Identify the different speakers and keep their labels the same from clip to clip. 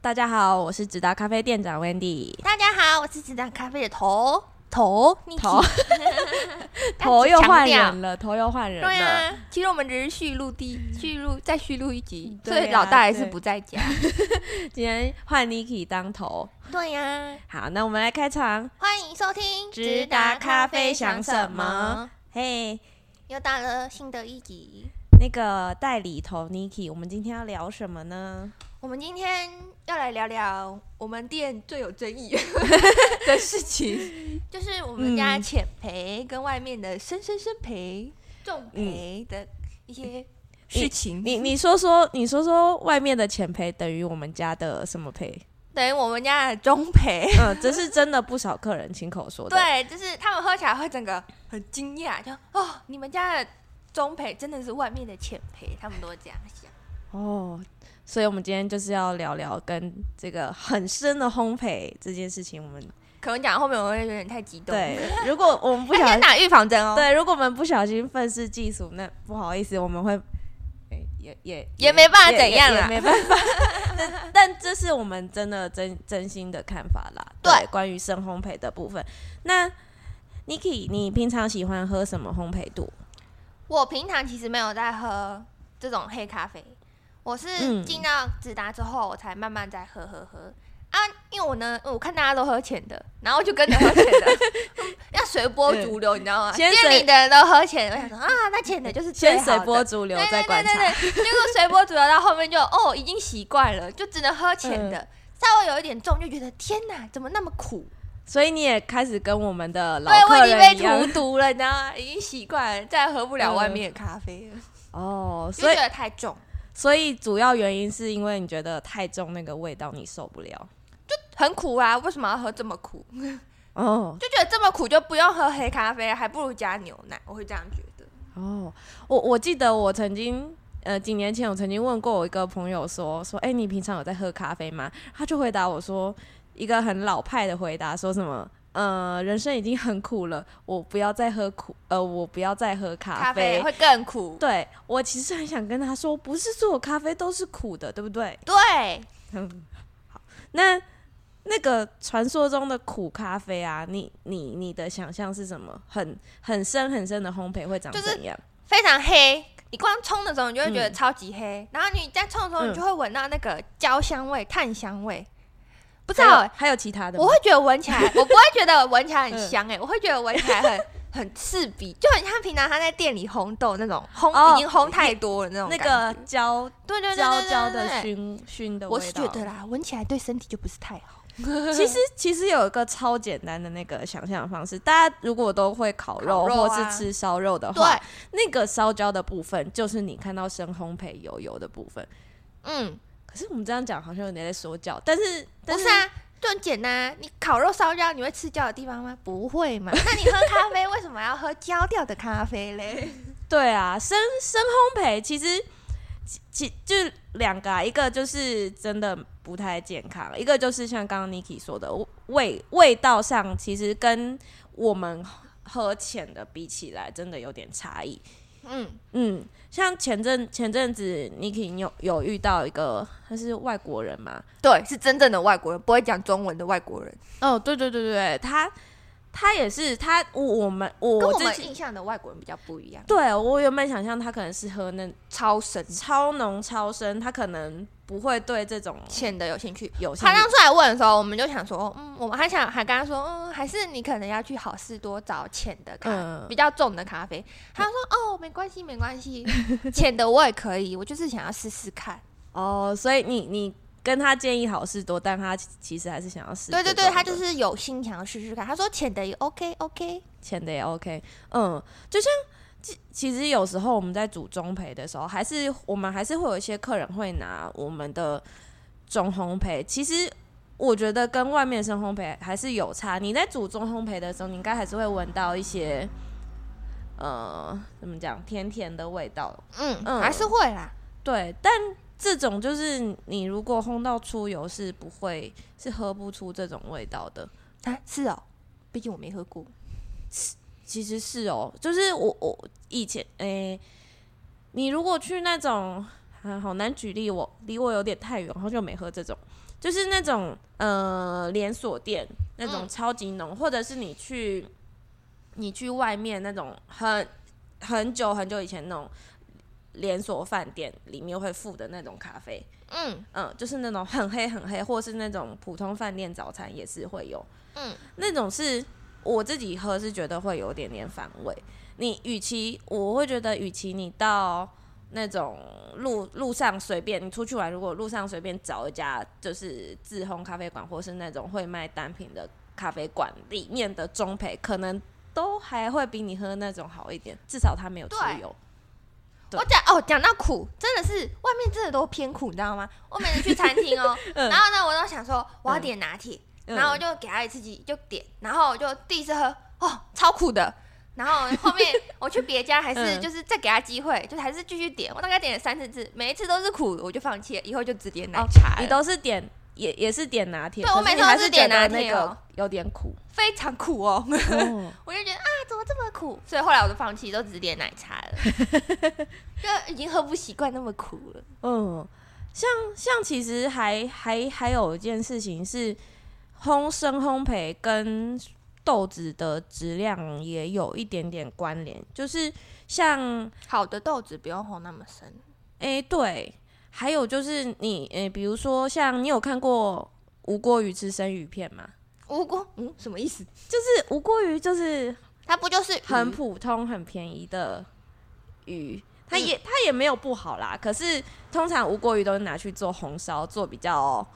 Speaker 1: 大家好，我是直达咖啡店长 Wendy。
Speaker 2: 大家好，我是只打咖啡的头头
Speaker 1: 头头又换人了，头又换人了。
Speaker 2: 对啊，嗯其实我们只是续录第续录再续录一集，
Speaker 1: 对
Speaker 2: 所
Speaker 1: 啊
Speaker 2: 以老大还是不在家。
Speaker 1: 今天换 Niki 当头。
Speaker 2: 对呀、
Speaker 1: 好，那我们来开场。
Speaker 2: 欢迎收听《
Speaker 1: 直达咖啡想什么》，嘿、
Speaker 2: 又到了新的一集。
Speaker 1: 那个代理头 Niki，我们今天要聊什么呢？
Speaker 2: 我们今天要来聊聊我们店最有 争议，
Speaker 1: 的事情。
Speaker 2: 就是我们家
Speaker 1: 嗯
Speaker 2: 浅培跟外面的深深深培、重培的一些事情。
Speaker 1: 你你说说，你说说，外面的钱赔等于我们家的什么 赔？
Speaker 2: 等于我们家的中 培，
Speaker 1: 嗯，这是真的不少客人亲口说的。
Speaker 2: 对，就是他们喝起来会整个很惊讶，就哦，你们家的中培真的是外面的浅培，他们都会这样想。
Speaker 1: 哦，所以我们今天就是要聊聊跟这个很深的烘焙这件事情。我们
Speaker 2: 可能讲到后面我会有点太激动，
Speaker 1: 对，如果我们不
Speaker 2: 而
Speaker 1: 小
Speaker 2: 且
Speaker 1: 心，
Speaker 2: 打预防针哦，，
Speaker 1: 对，如果我们不小心愤世嫉俗，那不好意思，我们会。哎也也
Speaker 2: 也没办法怎样
Speaker 1: 也也
Speaker 2: 啦
Speaker 1: 没办法。 但但这是我们真的真真心的看法啦。
Speaker 2: 对
Speaker 1: 关于生烘焙的部分，那 Niki，你平常喜欢喝什么烘焙度？
Speaker 2: 我平常其实没有在喝这种黑咖啡，我是
Speaker 1: 嗯
Speaker 2: 进到直达之后，我才慢慢在喝喝喝啊。因为我呢，我看大家都喝浅的，然后就跟着喝浅 的，要随波逐流，你知道吗？
Speaker 1: 先
Speaker 2: 店
Speaker 1: 随
Speaker 2: 里的人都喝浅的，我想说啊，那浅的就是最
Speaker 1: 先随
Speaker 2: 好的
Speaker 1: 波逐流，再观察。
Speaker 2: 对对对对对，结果随波逐流到后面就哦，已经习惯了，就只能喝浅
Speaker 1: 嗯
Speaker 2: 的，稍微有一点重就觉得天哪，怎么那么苦？
Speaker 1: 所以你也开始跟我们的老
Speaker 2: 对，我
Speaker 1: 客
Speaker 2: 已经被
Speaker 1: 人一样
Speaker 2: 荼毒了，你知道吗？已经习惯了，再也喝不了外面的咖啡了，
Speaker 1: 哦，
Speaker 2: 就
Speaker 1: 所以
Speaker 2: 觉得太重，
Speaker 1: 所以主要原因是因为你觉得太重那个味道你受不了。
Speaker 2: 很苦啊！为什么要喝这么苦？
Speaker 1: 哦
Speaker 2: 就觉得这么苦就不用喝黑咖啡，啊还不如加牛奶，我会这样觉得。
Speaker 1: 哦，我我记得我曾经。呃，几年前我曾经问过我一个朋友说说，哎、你平常有在喝咖啡吗？他就回答我说一个很老派的回答，说什么呃，人生已经很苦了，我不要再喝苦，呃，我不要再喝
Speaker 2: 咖
Speaker 1: 咖
Speaker 2: 啡
Speaker 1: 啡。
Speaker 2: 会更苦，
Speaker 1: 对我其实很想跟他说，不是所有咖啡都是苦的，对不对？
Speaker 2: 对，
Speaker 1: 那那个传说中的苦咖啡啊，你你你的想象是什么？很很深很深的烘焙会长
Speaker 2: 就是
Speaker 1: 怎样？
Speaker 2: 非常黑。你光冲的时候，你就会觉得
Speaker 1: 嗯
Speaker 2: 超级黑，然后你在冲的时候，
Speaker 1: 嗯
Speaker 2: 你就会闻到那个焦香味、炭香味，
Speaker 1: 不
Speaker 2: 不知道欸、
Speaker 1: 还有其他的吗
Speaker 2: 我会觉得闻起来，我不会觉得闻起来很
Speaker 1: 嗯
Speaker 2: 香哎、我会觉得闻起来很很刺鼻，就很像平常他在店里烘豆那种烘、
Speaker 1: 哦
Speaker 2: 已经烘太多了那种
Speaker 1: 那
Speaker 2: 感觉
Speaker 1: 个焦
Speaker 2: 对对对
Speaker 1: 焦
Speaker 2: 对对
Speaker 1: 焦
Speaker 2: 对
Speaker 1: 的
Speaker 2: 对
Speaker 1: 熏熏的味道。
Speaker 2: 我是觉得啦，闻起来对身体就不是太好。
Speaker 1: 其实其实有一个超简单的那个想象方式，大家如果都会烤肉
Speaker 2: 烤肉啊
Speaker 1: 或是吃烧肉的话
Speaker 2: 对，，
Speaker 1: 那个烧焦的部分就是你看到生烘焙油油的部分。
Speaker 2: 嗯，
Speaker 1: 可是我们这样讲好像有点在说教，但是但
Speaker 2: 不是啊，就很简单、啊。你烤肉烧焦，你会吃焦的地方吗？不会嘛。那你喝咖啡为什么要喝焦掉的咖啡嘞？
Speaker 1: 对啊，生生烘焙其实其其就两个啊，一个就是真的不太健康，一个就是像刚刚 Niki 说的味味道上，其实跟我们喝浅的比起来，真的有点差异。
Speaker 2: 嗯，
Speaker 1: 嗯，像前阵前阵子 Niki 你有有遇到一个他是外国人嘛？
Speaker 2: 对，是真正的外国人，不会讲中文的外国人，
Speaker 1: 哦，对对对对对，他他也是他我我们我
Speaker 2: 跟我
Speaker 1: 之
Speaker 2: 们
Speaker 1: 前
Speaker 2: 印象的外国人比较不一样，
Speaker 1: 对我原本想象他可能是喝那
Speaker 2: 超神
Speaker 1: 超浓超深，他可能不会对这种
Speaker 2: 欠的有兴趣。
Speaker 1: 有兴
Speaker 2: 他当
Speaker 1: 趣。
Speaker 2: 初来问的时候，我们就想说，嗯，我们还想还跟他说，嗯，还是你可能要去好事多找浅的咖
Speaker 1: 嗯
Speaker 2: 比较重的咖啡。他说，哦，没关系，没关 系，浅的我也可以，我就是想要试试看。
Speaker 1: 哦，所以你你跟他建议好事多，但他其其实还是想要试这
Speaker 2: 对
Speaker 1: 种
Speaker 2: 对
Speaker 1: 的。
Speaker 2: 对，他就是有心想要试试看。他说浅的也 OK OK，
Speaker 1: 钱的也 OK。嗯，就像其其实有时候我们在煮中培的时候，还是我们还是会有一些客人会拿我们的中烘焙，其实。我觉得跟外面的生烘焙还是有差。你在煮中烘焙的时候，你应该还是会闻到一些，呃，怎么讲，甜甜的味道
Speaker 2: 嗯，
Speaker 1: 嗯
Speaker 2: 还是会啦。
Speaker 1: 对，但这种就是你如果烘到出油是不会是喝不出这种味道的。
Speaker 2: 啊，是哦，毕竟我没喝过。
Speaker 1: 其实是哦，就是我我以前诶、你如果去那种啊好难举例，我离我有点太远，好久没喝这种，就是那种呃连锁店那种
Speaker 2: 嗯
Speaker 1: 超级浓，或者是你去你去外面那种很很久很久以前那种连锁饭店里面会附的那种咖啡，
Speaker 2: 嗯
Speaker 1: 嗯，就是那种很黑很黑，或是那种普通饭店早餐也是会有，
Speaker 2: 嗯，
Speaker 1: 那种是我自己喝是觉得会有点点反胃。你与其我会觉得，与其你到那种路路上随便你出去玩，如果路上随便找一家就是自烘咖啡馆，或是那种会卖单品的咖啡馆里面的中培，可能都还会比你喝那种好一点，至少它没有出
Speaker 2: 对
Speaker 1: 油。对，
Speaker 2: 我讲哦，讲到苦，真的是外面真的都偏苦，你知道吗？我每次去餐厅 哦
Speaker 1: 嗯
Speaker 2: 然后呢，我都想说我要
Speaker 1: 嗯
Speaker 2: 点拿铁，
Speaker 1: 嗯
Speaker 2: 然后我就给他一次机就点，然后我就第一次喝，哦，超苦的。然后后面我去别家， 还是
Speaker 1: 嗯
Speaker 2: 就是再给他机会，就还是继续点。我大概点了三四次，每一次都是苦的，我就放弃了，以后就只点奶茶
Speaker 1: 你
Speaker 2: 了，
Speaker 1: 都是点也也是点拿铁，
Speaker 2: 对我
Speaker 1: 可是
Speaker 2: 每
Speaker 1: 你
Speaker 2: 次都
Speaker 1: 还
Speaker 2: 是
Speaker 1: 是觉
Speaker 2: 点
Speaker 1: 得
Speaker 2: 拿
Speaker 1: 那
Speaker 2: 铁
Speaker 1: 个
Speaker 2: 哦
Speaker 1: 有点 苦。
Speaker 2: 非常苦哦。
Speaker 1: 哦
Speaker 2: 我就觉得啊，怎么这么苦？所以后来我就放弃，都只点奶茶了， 就已经喝不习惯那么苦了。
Speaker 1: 嗯，像像其实还还还有一件事情是，烘生烘焙跟豆子的质量也有一点点关联，就是像
Speaker 2: 好的豆子不用烘那么深，
Speaker 1: 诶，对，还有就是你诶，比如说像你有看过无锅鱼吃生鱼片吗？
Speaker 2: 无锅嗯什么意思？
Speaker 1: 就是无锅鱼就是
Speaker 2: 它不就是鱼
Speaker 1: 很普通、很便宜的鱼，
Speaker 2: 嗯
Speaker 1: 它也它也没有不好啦，可是通常无锅鱼都是拿去做红烧，做比较
Speaker 2: 哦，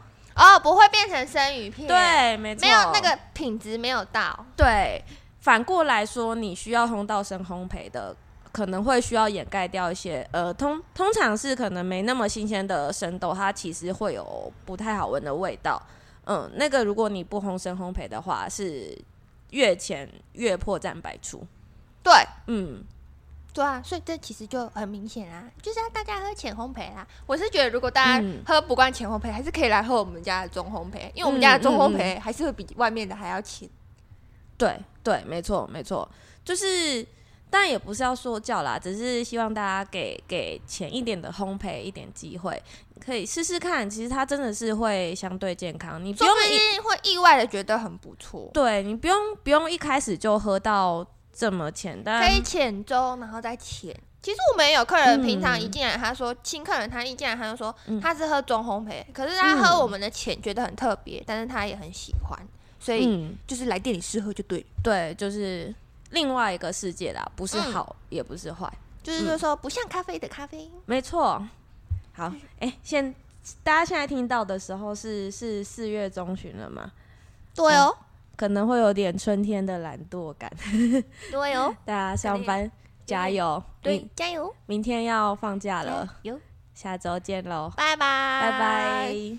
Speaker 2: 不会变成生鱼片，，
Speaker 1: 对，没错，
Speaker 2: 没有那个品质没有到，
Speaker 1: 对，反过来说，你需要烘到深烘焙的，可能会需要掩盖掉一些，呃，通通常是可能没那么新鲜的生豆，它其实会有不太好闻的味道。嗯，那个如果你不烘深烘焙的话，是越浅越破绽百出。
Speaker 2: 对。
Speaker 1: 嗯，
Speaker 2: 对啊，所以这其实就很明显啦，就是啊要大家喝浅烘焙啦。我是觉得，如果大家
Speaker 1: 嗯
Speaker 2: 喝不惯浅烘焙，还是可以来喝我们家的中烘焙，因为我们家的中烘焙还是会比外面的还要浅。
Speaker 1: 对对，没错没错，就是。当然也不是要说教啦，只是希望大家给给浅一点的烘焙一点机会，可以试试看。其实它真的是会相对健康，你不
Speaker 2: 说
Speaker 1: 用
Speaker 2: 不
Speaker 1: 一
Speaker 2: 定会意外的觉得很不错，
Speaker 1: 对你不用不用一开始就喝到这么浅，
Speaker 2: 可
Speaker 1: 但
Speaker 2: 以浅粥，然后再浅。其实我们也有客人，
Speaker 1: 嗯
Speaker 2: 平常一进来，他说新客人，他一进来他就说
Speaker 1: 嗯
Speaker 2: 他是喝中烘焙，可是他
Speaker 1: 嗯
Speaker 2: 喝我们的浅觉得很特别，但是他也很喜欢，所以
Speaker 1: 嗯，
Speaker 2: 就是来店里试喝就对了。
Speaker 1: 对，就是另外一个世界啦，不是
Speaker 2: 嗯
Speaker 1: 好、也不是坏，
Speaker 2: 就是就是说不像咖啡的咖啡因，
Speaker 1: 没错。好，哎、现大家现在听到的时候是是四月中旬了嘛，
Speaker 2: 对哦，
Speaker 1: 可能会有点春天的懒惰感，
Speaker 2: 对哦，
Speaker 1: 大家上班加
Speaker 2: 点
Speaker 1: 油，
Speaker 2: 对
Speaker 1: 明，
Speaker 2: 加油，
Speaker 1: 明天要放假
Speaker 2: 好
Speaker 1: 了，，
Speaker 2: 有，
Speaker 1: 下周见喽，
Speaker 2: 拜拜，
Speaker 1: 拜拜。